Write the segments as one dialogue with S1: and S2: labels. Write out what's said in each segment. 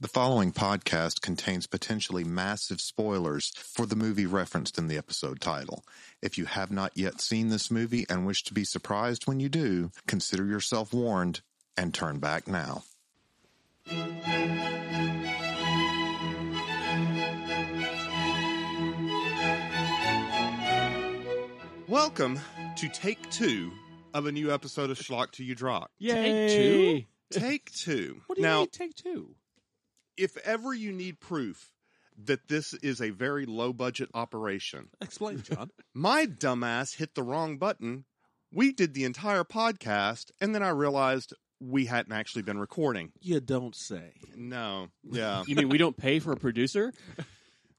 S1: The following podcast contains potentially massive spoilers for the movie referenced in the episode title. If you have not yet seen this movie and wish to be surprised when you do, consider yourself warned and turn back now.
S2: Welcome to take two of a new episode of Schlock to You Drock.
S3: Take two?
S2: Take two.
S3: What do you
S2: now,
S3: mean take two?
S2: if ever you need proof that this is a very low budget operation,
S3: Explain, John.
S2: my dumbass hit the wrong button. We did the entire podcast, and then I realized we hadn't actually been recording.
S3: you don't say.
S2: No, yeah,
S4: You mean we don't pay for a producer?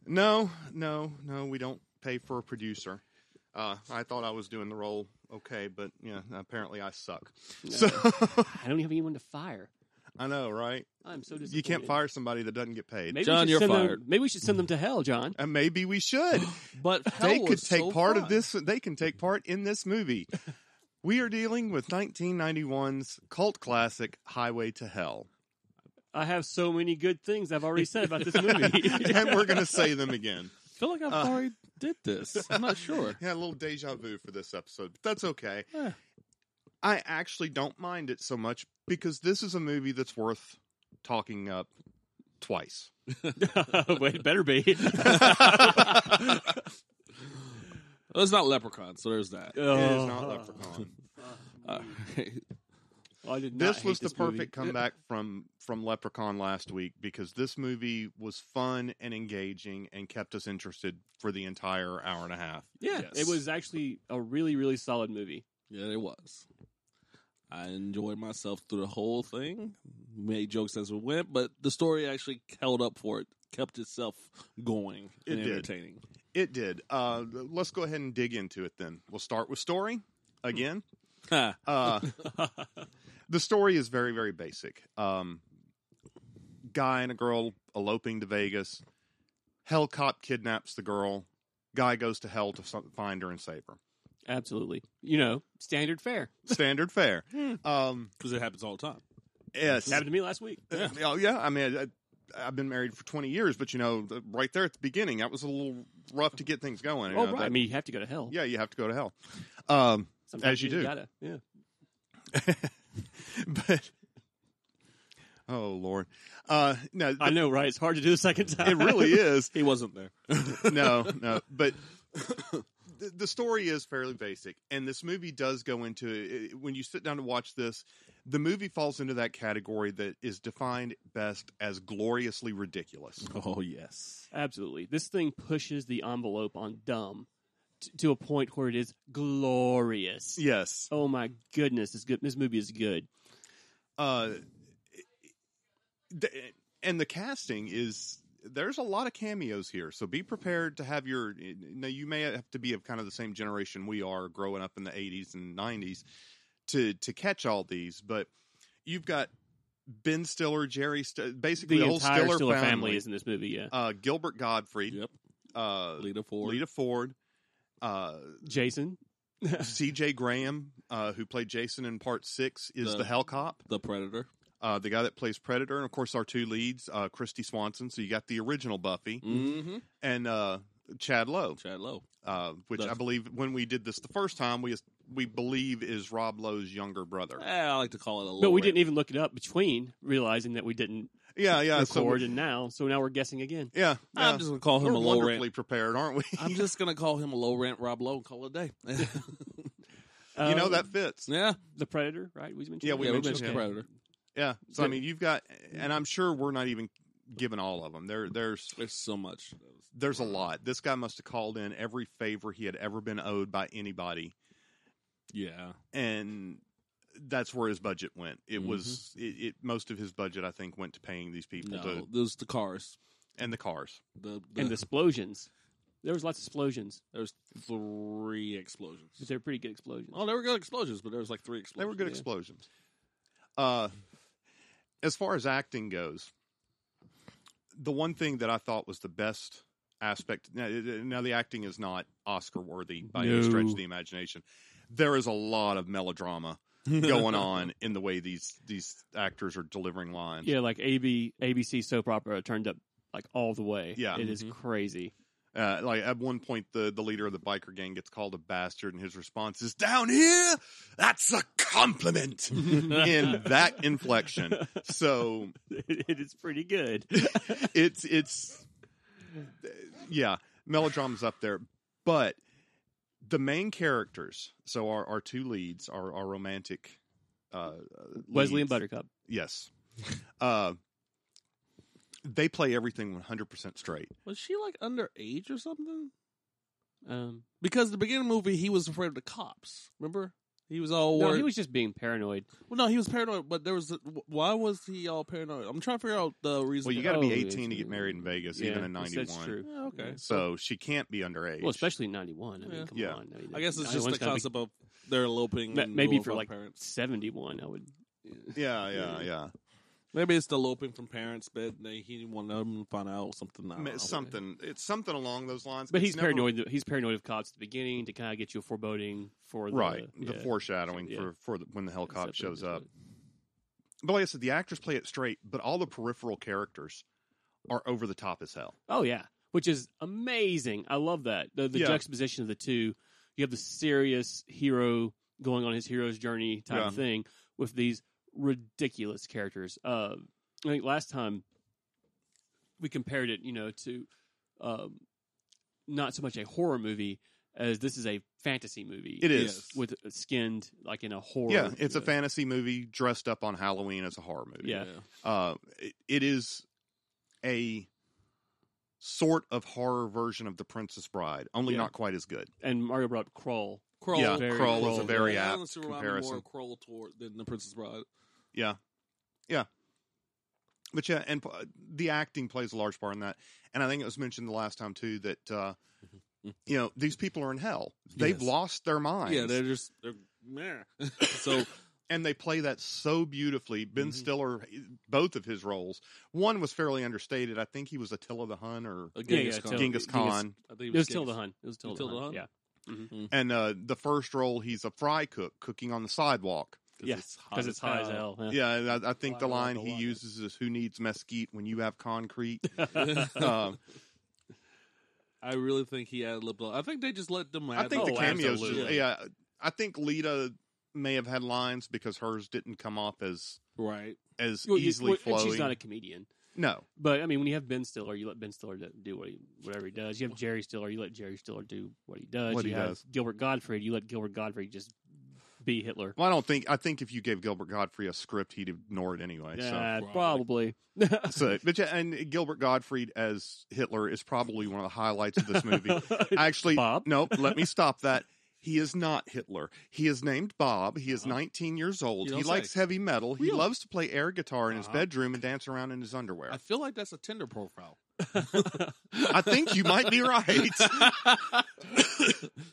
S2: no, no, no. We don't pay for a producer. Uh, I thought I was doing the role okay, but yeah, apparently I suck. So
S4: I don't have anyone to fire.
S2: I know, right?
S4: I'm so disappointed.
S2: You can't fire somebody that doesn't get paid.
S4: Maybe we
S3: John,
S4: should
S3: you're
S4: send them-
S3: fired.
S4: maybe we should send them to hell, John.
S2: And maybe we should.
S3: But hell
S2: they could
S3: was
S2: take
S3: so
S2: part of
S3: fun.
S2: this. They can take part in this movie. we are dealing with 1991's cult classic Highway to Hell,
S4: I have so many good things I've already said about this movie.
S2: and we're going to say them again.
S3: I feel like I've
S2: Uh.
S3: already did this. I'm not sure.
S2: Yeah, a little deja vu for this episode, but that's okay.
S3: Eh.
S2: I actually don't mind it so much because this is a movie that's worth talking up twice.
S4: oh, Wait, it better be.
S3: Well, it's not Leprechaun, so there's that. Uh,
S2: It is
S3: Uh-huh.
S2: not Leprechaun.
S3: All right.
S4: Oh, I did not
S2: this Uh,
S4: hate
S2: was the
S4: movie.
S2: perfect comeback from from Leprechaun last week because this movie was fun and engaging and kept us interested for the entire hour and a half.
S4: Yeah,
S3: Yes.
S4: it was actually a really, really solid movie.
S3: Yeah, it was. I enjoyed myself through the whole thing. Made jokes as we went, but the story actually held up for it. Kept itself going
S2: It
S3: and
S2: did.
S3: entertaining.
S2: It did. Uh, let's go ahead and dig into it then. We'll start with story again.
S3: Ha.
S2: Uh, the story is very very basic. Um, guy and a girl eloping to Vegas. Hell cop kidnaps the girl. Guy goes to hell to some- find her and save her.
S4: Absolutely. You know, standard fare.
S2: Standard fare. Um,
S3: Because it happens all the time.
S2: yes.
S4: happened to me last week.
S2: Uh, Oh yeah, I mean, I, I've been married for twenty years, but you know, the- right there at the beginning, that was a little rough to get things going. you
S4: oh,
S2: know,
S4: right.
S2: that-
S4: I mean, you have to go to hell.
S2: yeah, you have to go to hell. Um,
S4: Sometimes
S2: as you
S4: just
S2: do.
S4: Gotta, yeah.
S2: but oh lord, uh, no,
S4: I know, right? It's hard to do the second time.
S2: it really is.
S3: He wasn't there.
S2: No, no, but. the- The story is fairly basic, and this movie does go into it- when you sit down to watch this. The movie falls into that category that is defined best as gloriously ridiculous.
S3: Oh, yes.
S4: Absolutely. This thing pushes the envelope on dumb t- to a point where it is glorious.
S2: Yes,
S4: Oh my goodness, this good. This movie is good.
S2: uh, th- and the casting is there's a lot of cameos here, so be prepared to have your. Now you may have to be of kind of the same generation we are, growing up in the '80s and '90s, to to catch all these. But you've got Ben Stiller, Jerry, St- basically
S4: The
S2: the whole
S4: entire
S2: Stiller,
S4: Stiller,
S2: family,
S4: family. is in this movie. Yeah,
S2: uh, Gilbert Godfrey,
S3: Yep.
S2: uh,
S3: Lita Ford.
S2: Lita Ford, uh,
S4: Jason.
S2: C.J. Graham, uh, who played Jason in Part Six, is
S3: The-
S2: the Hell Cop.
S3: The Predator.
S2: uh, the guy that plays Predator, and of course our two leads, uh, Christy Swanson. So you got the original Buffy
S3: Mm-hmm.
S2: and uh, Chad Lowe,
S3: Chad Lowe.
S2: uh, which
S3: That's-
S2: I believe when we did this the first time, we we believe is Rob Lowe's younger brother.
S3: Eh, I like to call it a little.
S4: But we didn't
S3: rare.
S4: even look it up between realizing that we didn't
S2: Yeah, yeah, so
S4: record, and now so now we're guessing again.
S2: yeah, yeah.
S3: I'm just gonna call him
S2: we're
S3: a low
S2: wonderfully
S3: rent.
S2: prepared, aren't we?
S3: I'm just gonna call him a low rent Rob Lowe and call it a day.
S2: you know
S4: Um,
S2: that fits.
S3: yeah,
S4: the Predator, right? We mentioned.
S2: Yeah,
S4: that?
S2: we
S3: yeah,
S2: mentioned
S3: the
S2: him.
S3: Predator.
S2: Yeah. So I
S4: Yeah.
S2: mean, you've got, and I'm sure we're not even giving all of them. There, there's
S3: There's so much.
S2: there's a lot. This guy must have called in every favor he had ever been owed by anybody.
S3: Yeah,
S2: and that's where his budget went. It was it, it most of his budget, I think, went to paying these people
S3: no,
S2: to,
S3: there's the cars.
S2: and the cars.
S3: The, the
S4: and the explosions. There was lots of explosions,
S3: there's three explosions.
S4: but they're pretty good explosions.
S3: Oh, they were good explosions, but there was like three
S2: They were
S3: explosions.
S2: good explosions. Uh, as far as acting goes, the one thing that I thought was the best aspect. Now, it- now the acting is not Oscar worthy by any stretch
S4: No.
S2: of the imagination. There is a lot of melodrama going on in the way these these actors are delivering lines.
S4: Yeah, like AB, ABC soap opera turned up like all the way.
S2: Yeah.
S4: it is
S3: Mhm.
S4: crazy.
S2: Uh, like at one point, the the leader of the biker gang gets called a bastard, and his response is "Down here, that's a compliment." in that inflection, so
S4: it is pretty good.
S2: it's it's yeah, melodrama's up there, but the main characters. So our our two leads are our romantic uh,
S4: Wesley
S2: leads.
S4: and Buttercup.
S2: Yes, uh, they play everything one hundred percent straight.
S3: Was she like underage or something?
S4: Um,
S3: Because the beginning of the movie, he was afraid of the cops. Remember, he was all
S4: no,
S3: worried.
S4: he was just being paranoid.
S3: well, no, he was paranoid. But there was why was he all paranoid? I'm trying to figure out the reason.
S2: Well, you got to be
S4: Oh,
S2: eighteen to get
S4: it's-
S2: married in Vegas,
S4: yeah,
S2: even in
S4: that's-
S2: ninety
S4: that's
S2: one.
S4: true.
S3: Yeah, okay.
S2: So she can't be underage.
S4: Well, especially in '91. I mean,
S3: Yeah.
S4: come
S2: Yeah.
S4: on. mean,
S3: I guess it's just
S4: 91's gotta
S3: the
S4: be
S3: concept of they're eloping.
S4: Ma-
S3: and
S4: maybe
S3: going
S4: for,
S3: from
S4: like-
S3: parents.
S4: 71. I would.
S2: Yeah, yeah, yeah.
S3: Maybe it's the eloping from parents, but they, he didn't want them to find out something. I don't
S2: Ma-
S3: know.
S2: something. It's something along those lines.
S4: Oh, But
S2: It's
S4: he's
S2: never-
S4: paranoid. He's paranoid of cops at the beginning to kind of get you a foreboding for the,
S2: right? The
S4: yeah,
S2: foreshadowing
S4: Yeah.
S2: for for the, when the hell cop
S4: Except for
S2: shows
S4: the-
S2: up. But like I said, the actors play it straight, but all the peripheral characters are over the top as hell.
S4: Oh yeah, which is amazing. I love that the, the
S2: Yeah.
S4: juxtaposition of the two. You have the serious hero going on his hero's journey type
S2: Yeah.
S4: thing with these ridiculous characters. Uh, I think last time we compared it, you know, to um, not so much a horror movie as this is a fantasy movie.
S2: It is.
S4: with skinned like in a horror.
S2: yeah, it's a
S4: uh,
S2: fantasy movie dressed up on Halloween as a horror movie.
S4: Yeah.
S2: uh, it, it is a sort of horror version of The Princess Bride, only
S4: Yeah.
S2: not quite as good.
S4: And Mario brought up Crawl.
S3: Crawl,
S2: Yeah,
S4: Very Crawl is a
S2: very
S3: I
S2: apt
S3: honestly remind me More
S2: comparison.
S3: of Crawl toward than the Princess Bride.
S2: Yeah. Yeah. But yeah, and uh, the acting plays a large part in that. And I think it was mentioned the last time too that uh you know, these people are in hell. They've
S3: Yes.
S2: lost their minds.
S3: Yeah, they're just they're meh. so
S2: and they play that so beautifully. Ben
S3: Mhm.
S2: Stiller both of his roles. One was fairly understated. I think he was Attila the Hun or
S3: a
S4: Yeah, yeah,
S3: Uh, Genghis Khan.
S4: Attila-
S2: Genghis
S4: Genghis-
S2: Khan.
S3: I think
S4: It was
S3: Genghis- Mm-hmm.
S4: Tilda Hun. It was Tilda,
S3: Tilda
S4: Hun.
S3: Hun?
S4: Yeah.
S2: And uh the first role he's a fry cook cooking on the sidewalk.
S3: 'cause
S4: Yeah,
S3: it's hot
S4: Because it's high as hell.
S3: Uh-huh.
S2: Yeah, and Oh, I, I think the
S3: Why
S2: line
S3: not the
S2: he
S3: water?
S2: uses is who needs mesquite when you have concrete.
S4: Yeah.
S2: um
S3: I really think he had a little. I think they just let them.
S2: I
S3: Have
S2: think
S4: Oh,
S2: the cameos.
S4: absolutely.
S2: Just, yeah, I think Lita may have had lines because hers didn't come off as
S3: right.
S2: as
S4: Well, you-
S2: easily
S4: well, and
S2: flowing.
S4: she's not a comedian.
S2: no,
S4: But I mean, when you have Ben Stiller, you let Ben Stiller do- do what he, whatever he does. You have Jerry Stiller, you let Jerry Stiller do what he does.
S2: What
S4: you
S2: he
S4: have
S2: does.
S4: Gilbert Godfrey, you let Gilbert Godfrey just be Hitler.
S2: well, I don't think. I think if you gave Gilbert Godfrey a script, he'd ignore it anyway.
S4: yeah,
S3: probably.
S4: Uh, probably.
S2: So, so, but yeah, and Gilbert Gottfried as Hitler is probably one of the highlights of this movie. Actually,
S4: Bob?
S2: Nope. Let me stop that. He is not Hitler. He is named Bob. He is
S3: Uh-huh.
S2: 19 years old.
S3: You
S2: He
S3: don't
S2: likes
S3: say.
S2: heavy metal. He
S3: Really?
S2: loves to play air guitar in his
S3: Uh-huh.
S2: bedroom and dance around in his underwear.
S3: I feel like that's a Tinder profile.
S2: I think you might be right.
S4: But,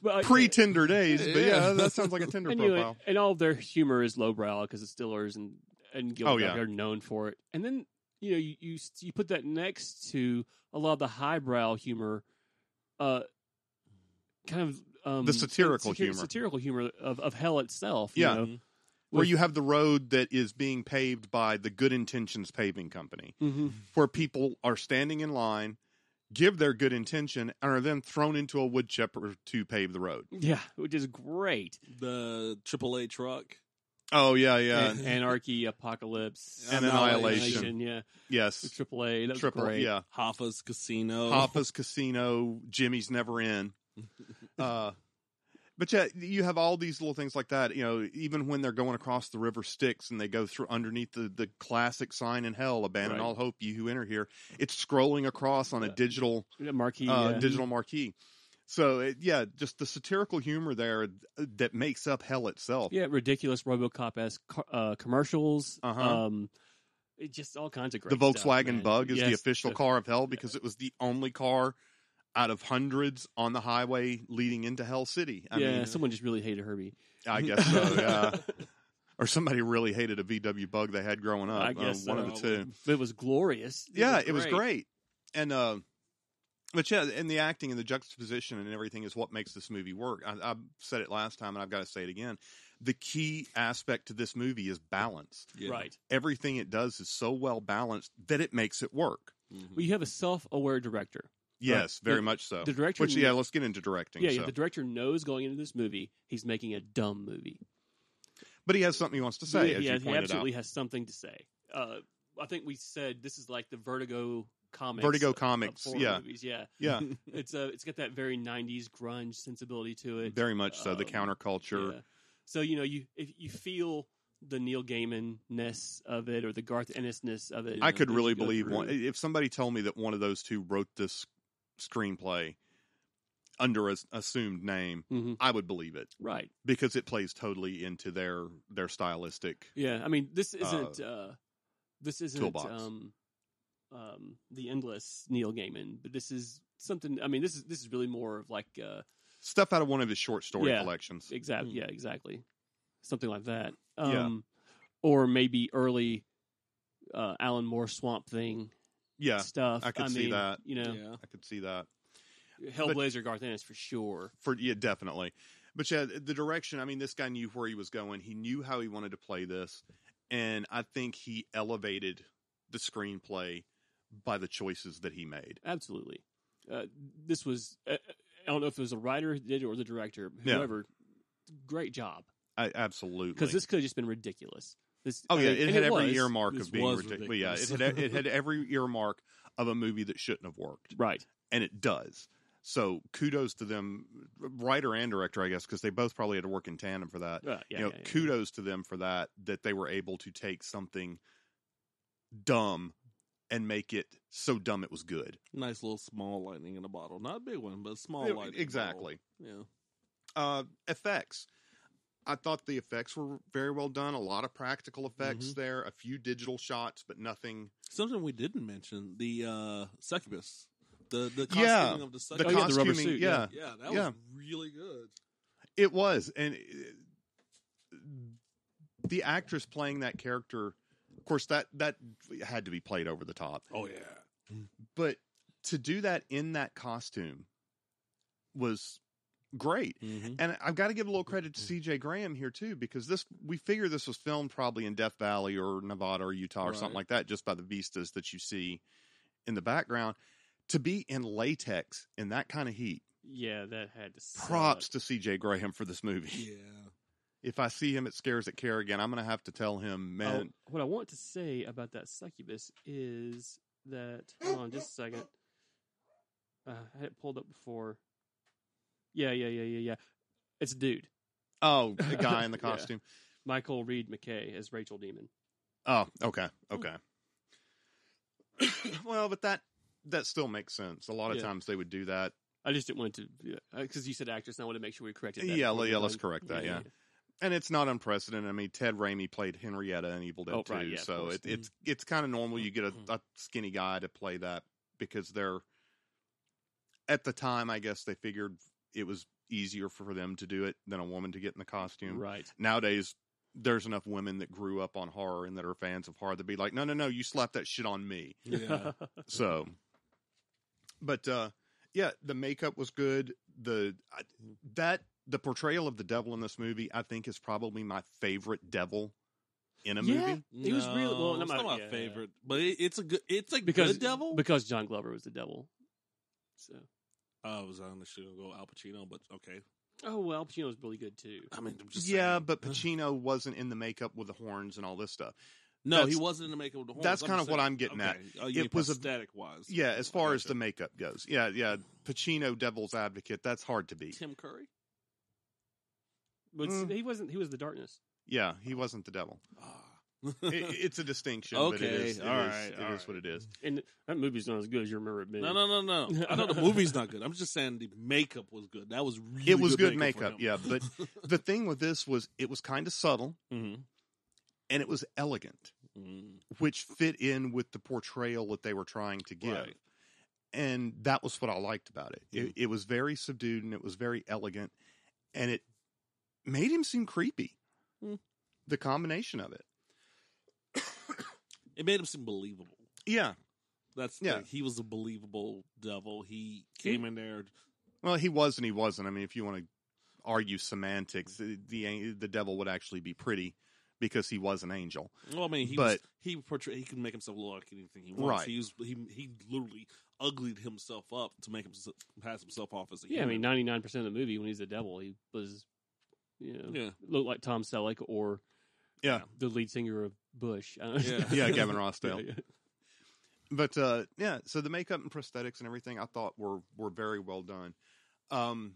S4: uh,
S2: pre Tinder days, but yeah,
S3: Yeah.
S2: that sounds like a Tinder
S4: and, you know,
S2: profile.
S4: and all of their humor is lowbrow because the Stillers and and Gilbert
S2: Oh, yeah.
S4: Godfrey are known for it. And then you know you, you you put that next to a lot of the highbrow humor, uh, kind of um,
S2: The satirical humor.
S4: satirical humor of, of hell itself.
S2: Yeah.
S4: you know?
S3: Mhm.
S2: Where you have the road that is being paved by the Good Intentions Paving Company,
S4: Mhm.
S2: where people are standing in line, give their good intention, and are then thrown into a wood chipper to pave the road.
S4: yeah, which is great.
S3: The AAA truck.
S2: Oh yeah, yeah,
S4: An- anarchy, apocalypse,
S2: And
S3: Annihilation.
S4: yeah,
S2: yes.
S4: triple A, that was
S2: Triple,
S4: great.
S2: yeah.
S3: Hoffa's
S4: Oh.
S3: Casino.
S2: Papa's Casino, Jimmy's Never In. Uh, but yeah, you have all these little things like that. You know, even when they're going across the river Styx and they go through underneath the, the classic sign in hell, abandon
S4: Right.
S2: all hope, you who enter here. It's scrolling across on a
S4: Yeah.
S2: digital
S4: Yeah, marquee,
S2: uh,
S4: yeah.
S2: digital marquee. So it, yeah, just the satirical humor there that makes up hell itself.
S4: yeah, ridiculous RoboCop esque uh, commercials.
S2: Uh-huh.
S4: Um, it just all kinds of great.
S2: the Volkswagen
S4: stuff, man.
S2: Bug is the
S4: Yes,
S2: official car of hell because it was the only car out of hundreds on the highway leading into Hell City. I
S4: yeah,
S2: mean,
S4: someone just really hated Herbie.
S2: I guess so. Yeah. or somebody really hated a VW Bug they had growing up.
S4: I
S2: uh,
S4: guess
S2: one of the
S3: so.
S2: two.
S4: But it was glorious.
S2: yeah, it was great. And uh but yeah, and the acting and the juxtaposition and everything is what makes this movie work. I, I said it last time, and I've got to say it again. the key aspect to this movie is balance.
S3: Yeah.
S4: Right.
S2: Mm. Everything it does is so well balanced that it makes it work.
S3: Mhm.
S4: Well, you have a self-aware director.
S2: Yes, very
S4: The-
S2: much so.
S4: the director
S2: Which yeah,
S4: kn-
S2: let's get into directing.
S4: Yeah,
S2: so.
S4: yeah, the director knows going into this movie he's making a dumb movie.
S2: but he has something he wants to say.
S4: yeah,
S2: as
S4: he
S2: you pointed
S4: absolutely has something to say. Uh, I think we said this is like the Vertigo comics.
S2: Vertigo
S4: of- of
S2: comics,
S4: horror
S2: yeah.
S4: movies. Yeah,
S2: out.
S4: it's uh, it's got that very '90s grunge sensibility to
S2: yeah,
S4: it.
S2: very much so. The
S4: Um,
S2: counterculture.
S4: Yeah. So you know you if you feel the Neil Gaiman ness of it or the Garth Ennis ness of it.
S2: I could
S3: As you
S2: really
S3: go
S2: believe
S3: through.
S2: one. eh, If somebody told me that one of those two wrote this screenplay under an assumed name,
S4: hmm
S2: I would believe it
S4: Right.
S2: because it plays totally into their their stylistic.
S4: Yeah. I mean, this isn't uh, this isn't
S2: toolbox.
S4: um, um, the endless Neil Gaiman, but this is something. I mean, this is this is really more of like uh,
S2: stuff out of one of his short story
S4: Yeah.
S2: collections.
S4: exactly.
S3: Hmm.
S4: Yeah, exactly. Something like that.
S2: Yeah.
S4: Um, Or maybe early uh, Alan Moore Swamp Thing
S2: Yeah,
S4: stuff.
S2: I could see
S4: mean,
S2: that.
S4: You know,
S3: Yeah.
S2: I could see that
S4: Hellblazer Garth Ennis for sure.
S2: for yeah, definitely. But yeah, the direction. I mean, this guy knew where he was going. He knew how he wanted to play this, and I think he elevated the screenplay by the choices that he made.
S4: Absolutely. Uh, this was, uh, I don't know if it was the writer who did it or the director,
S2: Yeah.
S4: whoever, great job.
S2: I, absolutely,
S4: Because this could have just been ridiculous. This,
S2: Oh
S4: I
S2: yeah,
S4: mean,
S2: it
S4: and
S2: had every
S4: was.
S2: earmark
S3: This
S2: of being
S3: was
S2: ridiculous. Yeah, it had it
S3: ridiculous.
S2: had every earmark of a movie that shouldn't have worked,
S4: Right.
S2: and it does. So kudos to them, writer and director, I guess, because they both probably had to work in tandem for that.
S4: Uh,
S2: you
S4: yeah,
S2: know,
S4: yeah, yeah.
S2: kudos to them for that that they were able to take something dumb and make it so dumb it was good.
S3: Nice little small lightning in a bottle. Not a big one, but a small
S2: Yeah,
S3: lightning. in a
S2: exactly.
S3: bottle.
S2: Uh, effects. I thought the effects were very well done. A lot of practical effects
S4: Mm-hmm.
S2: there, a few digital shots, but nothing.
S3: Yeah. Something we didn't mention the uh succubus. The the costuming
S2: Yeah.
S3: of
S2: The
S4: Oh,
S3: the
S4: yeah,
S3: succubus.
S4: the rubber
S2: costuming,
S4: suit,
S2: yeah,
S4: yeah.
S3: yeah, that
S2: Yeah.
S3: was really good.
S2: It was, and uh, the actress playing that character, of course, that that had to be played over the top.
S3: Oh yeah.
S2: But to do that in that costume was great.
S3: Mm-hmm.
S2: And I've got to give a little credit to C.J. Graham here too, because this we figure this was filmed probably in Death Valley or Nevada or Utah or something
S3: Right.
S2: like that, just by the vistas that you see in the background. To be in latex in that kind of heat,
S4: Yeah, that had to sell
S2: props
S4: it.
S2: to C.J. Graham for this movie.
S3: Yeah.
S2: If I see him at Scares at Care again, I'm going to have to tell him,
S4: Oh,
S2: man.
S4: what I want to say about that succubus is that, hold on just a second. Uh, I had it pulled up before. Yeah, yeah, yeah, yeah, yeah. It's a dude.
S2: Oh, the guy in the
S4: Yeah.
S2: costume.
S4: Michael Reed McKay as Rachel Demon.
S2: Oh, okay, okay. well, but that that still makes sense. A lot of
S4: Yeah.
S2: times they would do that.
S4: I just didn't want to, because you said actress, and I wanted to make sure we corrected that.
S2: Yeah,
S4: before we
S2: yeah,
S4: went
S2: let's
S4: on.
S2: correct that, yeah. and it's not unprecedented. I mean, Ted Raimi played Henrietta in Evil Dead
S4: Oh,
S2: 2,
S4: right, yeah, of
S2: so
S4: course. Mm-hmm.
S2: it, it's it's kind of normal you get a, a skinny guy to play that because they're at the time. I guess they figured it was easier for them to do it than a woman to get in the costume.
S4: Right.
S2: Nowadays, there's enough women that grew up on horror and that are fans of horror to be like, no, no, no, you slapped that shit on me.
S3: Yeah.
S2: So, but uh yeah, the makeup was good. The I, that the portrayal of the devil in this movie, I think, is probably my favorite devil in a movie.
S4: It was really- well,
S3: No,
S4: no,
S3: it's
S4: my-
S3: not my
S4: yeah.
S3: favorite, but it, it's a good. It's a
S4: because
S3: good devil.
S4: because John Glover was the devil. So
S3: Oh, I was on the show go Al Pacino, but okay.
S4: oh well, Pacino was really good too.
S3: I mean, I'm just
S2: yeah,
S3: saying.
S2: but Pacino wasn't in the makeup with the horns and all this stuff.
S3: no, he
S2: that's-
S3: wasn't in the makeup of the horns.
S2: that's
S3: I'm
S2: kinda
S3: just
S2: what
S3: saying-
S2: I'm getting at.
S3: Okay. Oh, you
S2: It
S3: mean
S2: was a-
S3: prosthetic wise.
S2: Yeah, as
S3: I
S2: far as
S3: gotcha.
S2: the makeup goes, yeah, yeah, Pacino, devil's advocate, that's hard to beat.
S3: Tim Curry.
S4: But
S2: Mm.
S4: he wasn't. He was the darkness.
S2: Yeah, he wasn't the devil.
S3: Ah.
S2: It, it's a distinction, but it
S3: Okay,
S2: is, it
S3: all
S2: is-
S3: right,
S2: it
S3: all
S2: is what it
S3: right.
S2: is.
S4: And that movie's not as good as you remember it being.
S3: no, no, no, no. I know the movie's not good. I'm just saying the makeup was good. That was really
S2: It was good
S3: for
S2: makeup,
S3: him.
S2: The thing with this was it was kind of subtle
S4: Mm-hmm.
S3: Mhm.
S2: and it was elegant.
S3: Mm.
S2: which fit in with the portrayal that they were trying to give.
S3: Right. Mm-hmm.
S2: And that was what I liked about it. It, it was very subdued and it was very elegant and it made him seem creepy.
S3: Mm.
S2: The combination of it.
S3: It made him seem believable.
S2: Yeah.
S3: That's
S2: Yeah.
S3: yeah. he was a believable devil. He came in there.
S2: Well, he was and he wasn't. I mean, if you want to argue semantics, the, the the devil would actually be pretty because he was an angel.
S3: Well, I mean, he was,
S2: But-
S3: he portray he can make himself look like anything he wants.
S2: Right.
S3: He was, he he literally uglied himself up to make him pass himself off as a
S4: Yeah, I mean,
S3: human.
S4: ninety nine percent of the movie when he's the devil, he was, you know,
S3: yeah,
S4: looked like Tom Selleck or
S2: Yeah.
S4: the lead singer of Bush. I don't know.
S3: Yeah.
S2: Yeah, Gavin Rossdale.
S4: Yeah, yeah.
S2: but uh yeah so the makeup and prosthetics and everything i thought were were very well done um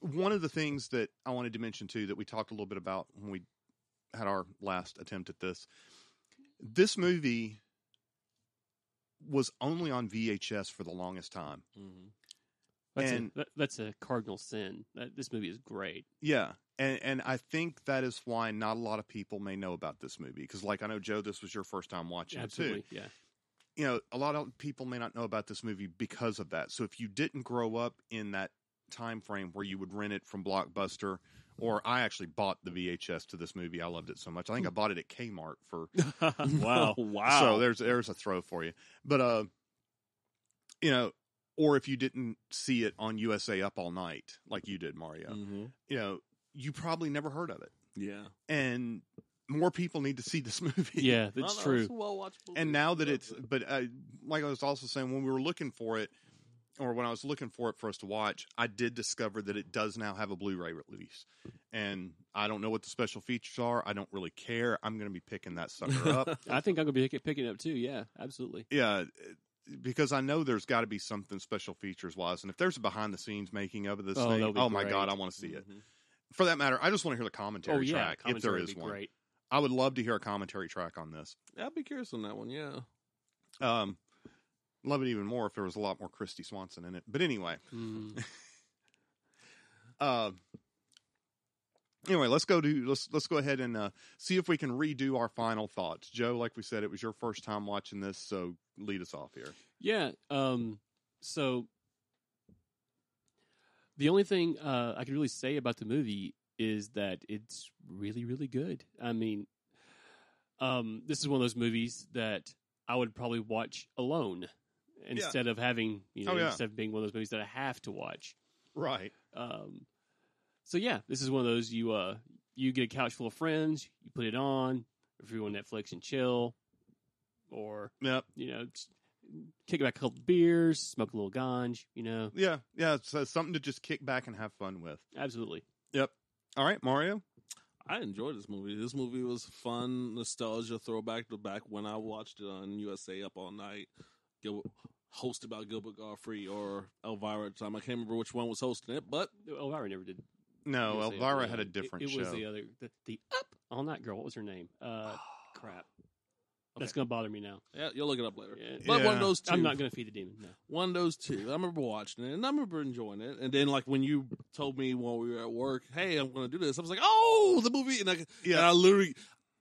S2: one of the things that i wanted to mention too that we talked a little bit about when we had our last attempt at this this movie was only on vhs for the longest time
S3: Mhm.
S4: That's,
S2: And-
S4: a, that, that's a cardinal sin. That, this movie is great.
S2: yeah and and i think that is why not a lot of people may know about this movie because like i know joe this was your first time watching it too
S4: Absolutely, yeah.
S2: you know, a lot of people may not know about this movie because of that. So if you didn't grow up in that time frame where you would rent it from Blockbuster, or I actually bought the VHS to this movie. I loved it so much. I think I bought it at Kmart for
S4: Mm-hmm.
S2: Wow.
S3: wow.
S2: so there's there's a throw for you. But uh you know, or if you didn't see it on USA up all night like you did, Mario,
S3: Mhm.
S2: you know, you probably never heard of it.
S3: yeah,
S2: And more people need to see this movie.
S4: yeah,
S3: No, no,
S4: that's
S3: it's
S4: true.
S3: a well-watched movie.
S2: and now that
S3: Love
S2: it's
S3: it.
S2: but uh, like i was also saying when we were looking for it or when i was looking for it for us to watch i did discover that it does now have a blu-ray release and i don't know what the special features are i don't really care i'm going to be picking that sucker up
S4: I think I'm gonna be pick- picking it up too. Yeah, absolutely.
S2: yeah because i know there's got to be something special features wise and if there's a behind the scenes making of this
S4: Oh,
S2: thing
S4: that'll be
S2: oh my
S4: great.
S2: god i want to see it
S3: Mhm.
S2: for that matter i just want to hear the commentary
S4: oh yeah,
S2: track if there
S4: commentary would
S2: is
S4: be
S2: one
S4: Great.
S2: i would love to hear a commentary track on this
S3: I'd be curious on that one. Yeah,
S2: um love it even more if there was a lot more christy swanson in it but anyway
S4: Mm.
S2: Uh, anyway, let's go to let's let's go ahead and uh, see if we can redo our final thoughts, Joe. Like we said, it was your first time watching this, so lead us off here.
S4: Yeah. Um, so the only thing uh, I can really say about the movie is that it's really, really good. I mean, um, this is one of those movies that I would probably watch alone instead of having, you know,
S2: Oh, yeah.
S4: instead of being one of those movies that I have to watch.
S2: Right.
S4: Um, so yeah, this is one of those you uh you get a couch full of friends, you put it on, if you're on Netflix and chill, or
S2: Yep.
S4: you know, just kick back a couple beers, smoke a little ganj, you know,
S2: Yeah. Yeah. So something to just kick back and have fun with.
S4: absolutely.
S2: All right, Mario.
S3: I enjoyed this movie. This movie was fun, nostalgia, throwback to back when I watched it on USA Up All Night, Gil- hosted by Gilbert Godfrey or Elvira at the time. I can't remember which one was hosting it, but
S4: Elvira never did.
S2: No,
S4: USA
S2: Oh, Elvira
S4: Up.
S2: had a
S4: It-
S2: different
S4: It,
S2: show.
S4: was the other the, the up all night girl. What was her name? Uh, crap. That's gonna bother me now.
S3: yeah, you'll look it up later.
S4: Yeah.
S3: But one
S2: Yeah.
S3: of those 2
S4: I'm not gonna feed the demon. No.
S3: one of those two. I remember watching it and I remember enjoying it. And then like when you told me while we were at work, hey, I'm going to do this, I was like, oh, the movie. And I, and I literally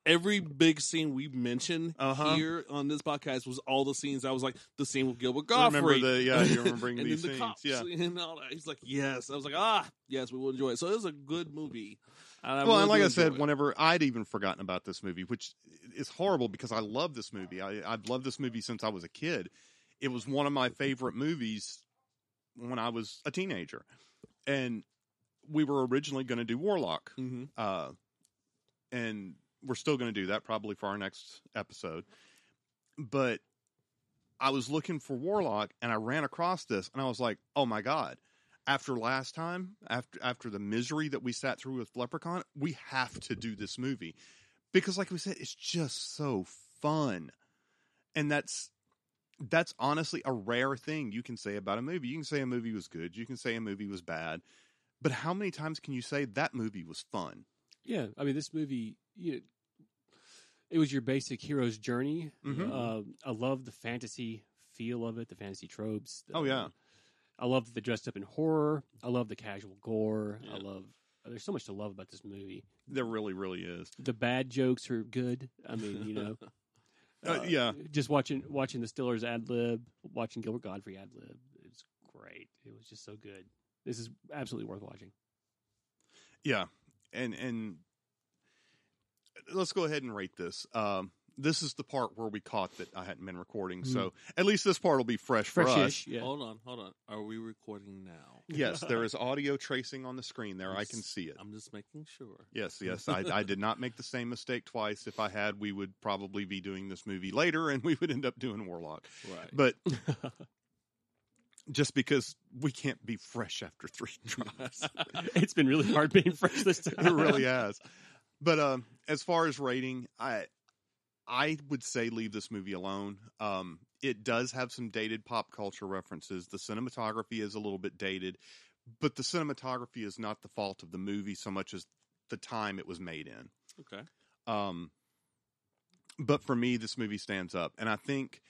S3: every big scene we mentioned
S2: Uh-huh.
S3: here on this podcast was all the scenes I was like the scene with Gilbert Godfrey.
S2: Remember the yeah? You're remembering
S3: and
S2: these
S3: then the
S2: scenes.
S3: cops
S2: yeah.
S3: and all that. He's like, yes. I was like, ah, yes, we will enjoy it. So it was a good movie. And I
S2: well,
S3: really
S2: and like
S3: do
S2: I
S3: enjoy
S2: said,
S3: it.
S2: whenever I'd even forgotten about this movie, which is horrible because I love this movie. I, I've loved this movie since I was a kid. It was one of my favorite movies when I was a teenager, and we were originally going to do Warlock,
S3: Mhm.
S2: uh, and we're still going to do that probably for our next episode. But I was looking for Warlock, and I ran across this, and I was like, "Oh my god!" After last time, after after the misery that we sat through with Leprechaun, we have to do this movie because, like we said, it's just so fun, and that's that's honestly a rare thing you can say about a movie. You can say a movie was good, you can say a movie was bad, but how many times can you say that movie was fun?
S4: Yeah, I mean, this movie, you know, it was your basic hero's journey.
S2: Mhm.
S4: Um, I love the fantasy feel of it, the fantasy tropes. the-
S2: Oh, yeah.
S4: I love that they dressed up in horror. I love the casual gore.
S3: Yeah.
S4: I love. There's so much to love about this movie.
S2: There really, really is.
S4: The bad jokes are good. I mean, you know,
S2: Uh, yeah.
S4: Just watching watching the Stillers ad lib, watching Gilbert Godfrey ad lib. It's great. It was just so good. This is absolutely worth watching.
S2: Yeah, and and let's go ahead and rate this. Um, this is the part where we caught that I hadn't been recording. So at least this part will be fresh for us. Oh,
S4: Freshish, yeah.
S3: Hold on, hold on. Are we recording now?
S2: Yes, there is audio tracing on the screen there. I can see it.
S3: I'm just making sure.
S2: Yes, yes. I, I did not make the same mistake twice. If I had, we would probably be doing this movie later and we would end up doing Warlock.
S3: Right.
S2: But just because we can't be fresh after three tries,
S4: It's been really hard being fresh this
S2: it
S4: time.
S2: really has. But um, as far as rating, I I would say leave this movie alone. Um, it does have some dated pop culture references. The cinematography is a little bit dated, but the cinematography is not the fault of the movie so much as the time it was made in.
S3: okay.
S2: Um, but for me, this movie stands up, and I think,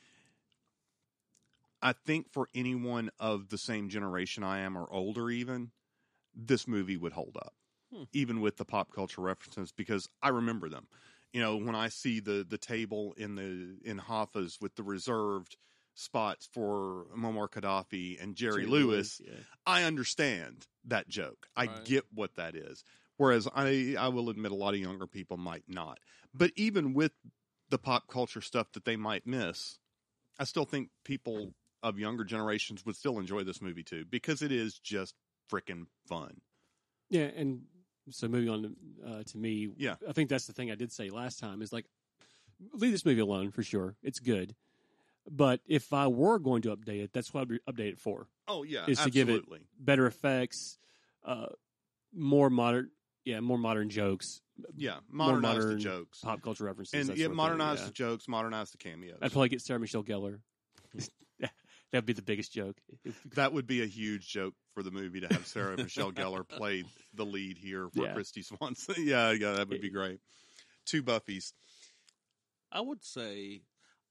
S2: I think for anyone of the same generation I am or older, even this movie would hold up,
S3: Hmm.
S2: even with the pop culture references, because I remember them. You know, when I see the the table in the in Hoffa's with the reserved spots for Muammar Gaddafi and Jerry, Lewis,
S4: yeah.
S2: I understand that joke. I
S3: Right.
S2: get what that is. Whereas I, I will admit a lot of younger people might not. But even with the pop culture stuff that they might miss, I still think people of younger generations would still enjoy this movie too because it is just freaking fun.
S4: Yeah, and so moving on to, uh, to me,
S2: Yeah.
S4: I think that's the thing I did say last time is like, leave this movie alone for sure. It's good, but if I were going to update it, that's what I'd re- update it for:
S2: Oh yeah,
S4: Is to give it-
S2: absolutely.
S4: better effects, uh, more modern, yeah, more modern jokes,
S2: yeah, modernize
S4: modern
S2: the jokes.
S4: pop culture references,
S2: and
S4: that
S2: yeah,
S4: sort of thing,
S2: modernize
S4: yeah.
S2: the jokes, modernize the cameos.
S4: I'd probably get Sarah Michelle Gellar. That'd be the biggest joke.
S2: That would be a huge joke for the movie to have Sarah Michelle Gellar play the lead here for
S4: Yeah.
S2: Christy Swanson. yeah, yeah, that would be great. Two Buffies.
S3: I would say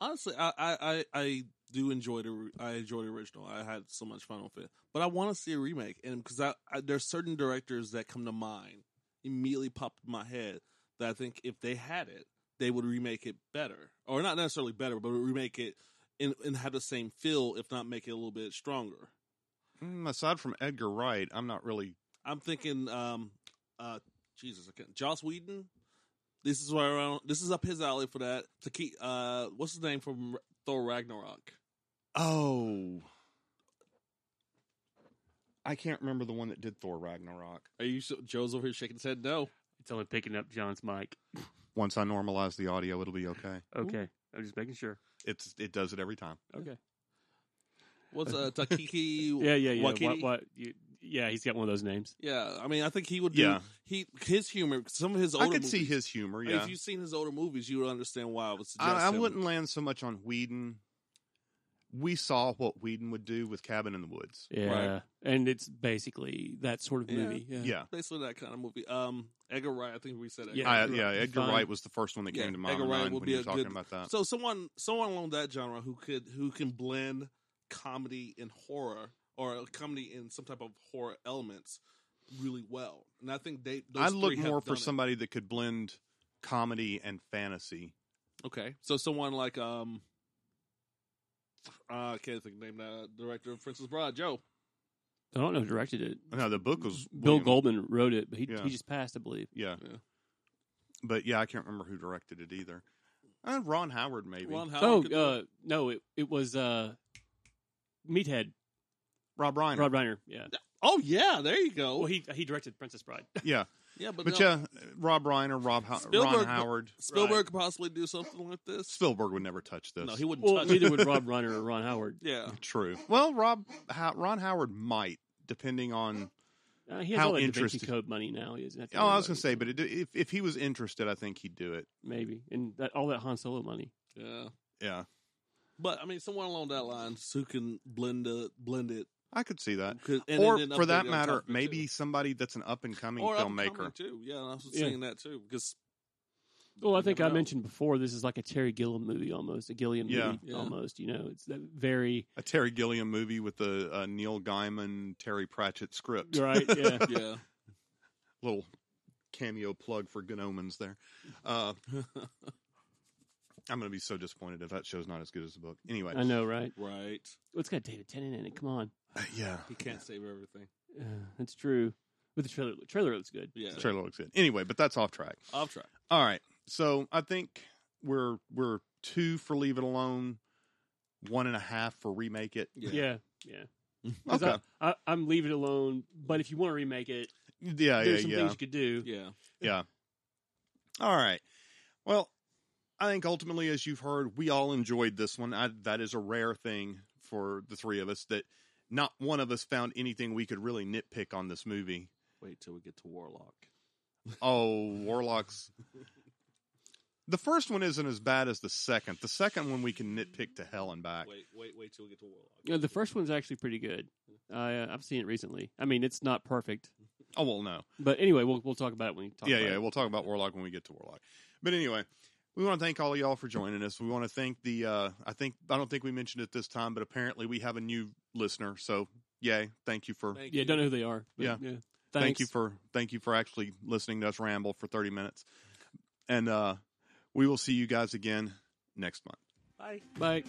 S3: honestly, I I I, I do enjoy the re- I enjoy the original. I had so much fun with it, but I want to see a remake, and because I, I there's certain directors that come to mind immediately popped in my head that I think if they had it, they would remake it better, or not necessarily better, but would remake it and and have the same feel, if not make it a little bit stronger.
S2: Mm, aside from Edgar Wright, I'm not really.
S3: I'm thinking, um, uh, Jesus, I can't. Joss Whedon. This is where around. This is up his alley for that. To keep, uh, what's his name from Thor Ragnarok?
S2: Oh, I can't remember the one that did Thor Ragnarok.
S3: Are you so, Joe's over here shaking his head? No.
S4: It's only picking up John's mic.
S2: Once I normalize the audio, it'll be okay.
S4: Okay, I'm just making sure.
S2: It's it does it every time.
S4: Okay.
S3: What's uh, Takiki?
S4: Yeah, yeah, yeah.
S3: Waititi?
S4: What, what, you, yeah, he's got one of those names.
S3: Yeah, I mean, I think he would do.
S2: Yeah.
S3: He his humor. Some of his older.
S2: I could
S3: movies,
S2: see his humor.
S3: I mean,
S2: Yeah,
S3: If you've seen his older movies, you would understand why I would suggest.
S2: I, I
S3: him.
S2: wouldn't land so much on Whedon. We saw what Whedon would do with Cabin in the Woods.
S4: Yeah, and it's basically that sort of
S3: Yeah.
S4: movie. Yeah.
S2: Yeah,
S3: Basically, that kind of movie. Um, Edgar Wright. I think we said Edgar
S4: Yeah,
S2: I,
S3: Wright.
S2: yeah, Edgar
S4: fine.
S2: Wright was the first one that
S3: Yeah,
S2: came to my
S3: Edgar
S2: mind
S3: Wright
S2: when
S3: would be
S2: you were
S3: a
S2: talking
S3: good-
S2: about that.
S3: So someone, someone along that genre who could, who can blend comedy and horror, or comedy and some type of horror elements, really well. And I think they. Those
S2: I look
S3: three have
S2: more for
S3: done it.
S2: somebody that could blend comedy and fantasy.
S3: Okay, so someone like um, uh, I can't think of the name of that director of Princess Bride, Joe.
S4: I don't know who directed it.
S2: No, the book was
S4: Bill
S2: William-
S4: Goldman wrote it, but he
S2: Yeah.
S4: he just passed, I believe.
S2: Yeah.
S3: Yeah.
S2: but yeah, I can't remember who directed it either. Uh, Ron Howard, maybe
S3: Ron Howard. could do
S4: oh,
S3: it.
S4: uh, no, it it was uh, Meathead
S2: Rob Reiner.
S4: Rob Reiner. Yeah.
S3: oh yeah, there you go.
S4: Well, he he directed Princess Bride.
S2: Yeah,
S3: yeah, but,
S2: but
S3: no,
S2: yeah, Rob Reiner, Rob Ho- Ron
S3: Spielberg-
S2: Howard.
S3: Spielberg could possibly do something like this.
S2: Spielberg would never touch this.
S3: no, he wouldn't
S4: Well,
S3: touch
S4: neither
S3: it.
S4: would Rob Reiner or Ron Howard.
S3: Yeah,
S2: True. Well, Rob Ho- Ron Howard might, depending on.
S4: Uh, he has
S2: How
S4: all that Da Vinci
S2: interesting.
S4: Code money now. He doesn't have to
S2: Oh,
S4: worry
S2: I was
S4: about
S2: gonna say,
S4: it.
S2: but it, if if he was interested, I think he'd do it.
S4: maybe and that, all that Han Solo money.
S3: yeah.
S2: Yeah,
S3: But I mean, someone along that line who can blend the blend it,
S2: I could see that.
S3: could- and
S2: or
S3: then update
S2: for
S3: it
S2: that
S3: on
S2: matter,
S3: top of it,
S2: maybe
S3: too.
S2: somebody that's an up and coming
S3: or up and coming,
S2: filmmaker.
S3: too. Yeah, I was
S4: Yeah.
S3: saying that too because
S4: Well, I
S3: You
S4: think
S3: never
S4: I
S3: know.
S4: mentioned before this is like a Terry Gilliam movie almost, a Gilliam
S2: Yeah.
S4: movie
S3: Yeah.
S4: almost. You know, it's that very
S2: A Terry Gilliam movie with the uh, Neil Gaiman, Terry Pratchett script.
S4: right. Yeah,
S3: yeah,
S2: Little cameo plug for Good Omens there. Uh, I'm going to be so disappointed if that show's not as good as the book. Anyway,
S4: I know, right?
S3: right.
S4: Well, it's got David Tennant in it. Come on,
S2: Uh, yeah,
S3: He can't save everything.
S4: uh, that's true. But the trailer, trailer looks good.
S3: Yeah,
S2: the trailer looks good. Anyway, but that's off track.
S3: off track.
S2: All right, so I think we're we're two for Leave It Alone, one and a half for Remake It.
S3: Yeah.
S4: yeah, yeah. 'Cause
S2: Okay.
S4: I, I, I'm leaving it alone. But if you want to remake it,
S2: Yeah, Uh, yeah,
S4: there's some
S2: yeah.
S4: things you could do.
S3: Yeah.
S2: All right. Well, I think ultimately, as you've heard, we all enjoyed this one. I, that is a rare thing for the three of us that not one of us found anything we could really nitpick on this movie.
S3: Wait till we get to Warlock.
S2: Oh, Warlocks. The first one isn't as bad as the second. The second one we can nitpick to hell and back.
S3: Wait, wait, wait till we get to Warlock.
S4: You know, Uh, the first one's actually pretty good. Uh, I've seen it recently. I mean, it's not perfect,
S2: Oh, well, no.
S4: but anyway, we'll we'll talk about it when we talk.
S2: yeah,
S4: about
S2: yeah.
S4: It.
S2: We'll talk about Warlock when we get to Warlock. But anyway, we want to thank all of y'all for joining us. We want to thank the. Uh, I think I don't think we mentioned it this time, but apparently we have a new listener. So yay! Thank you for thank,
S3: Thank
S4: Yeah,
S3: you.
S4: don't know who they are. but,
S2: Yeah.
S4: yeah. Thanks.
S2: you for thank you for actually listening to us ramble for thirty minutes, and uh, we will see you guys again next month.
S4: Bye.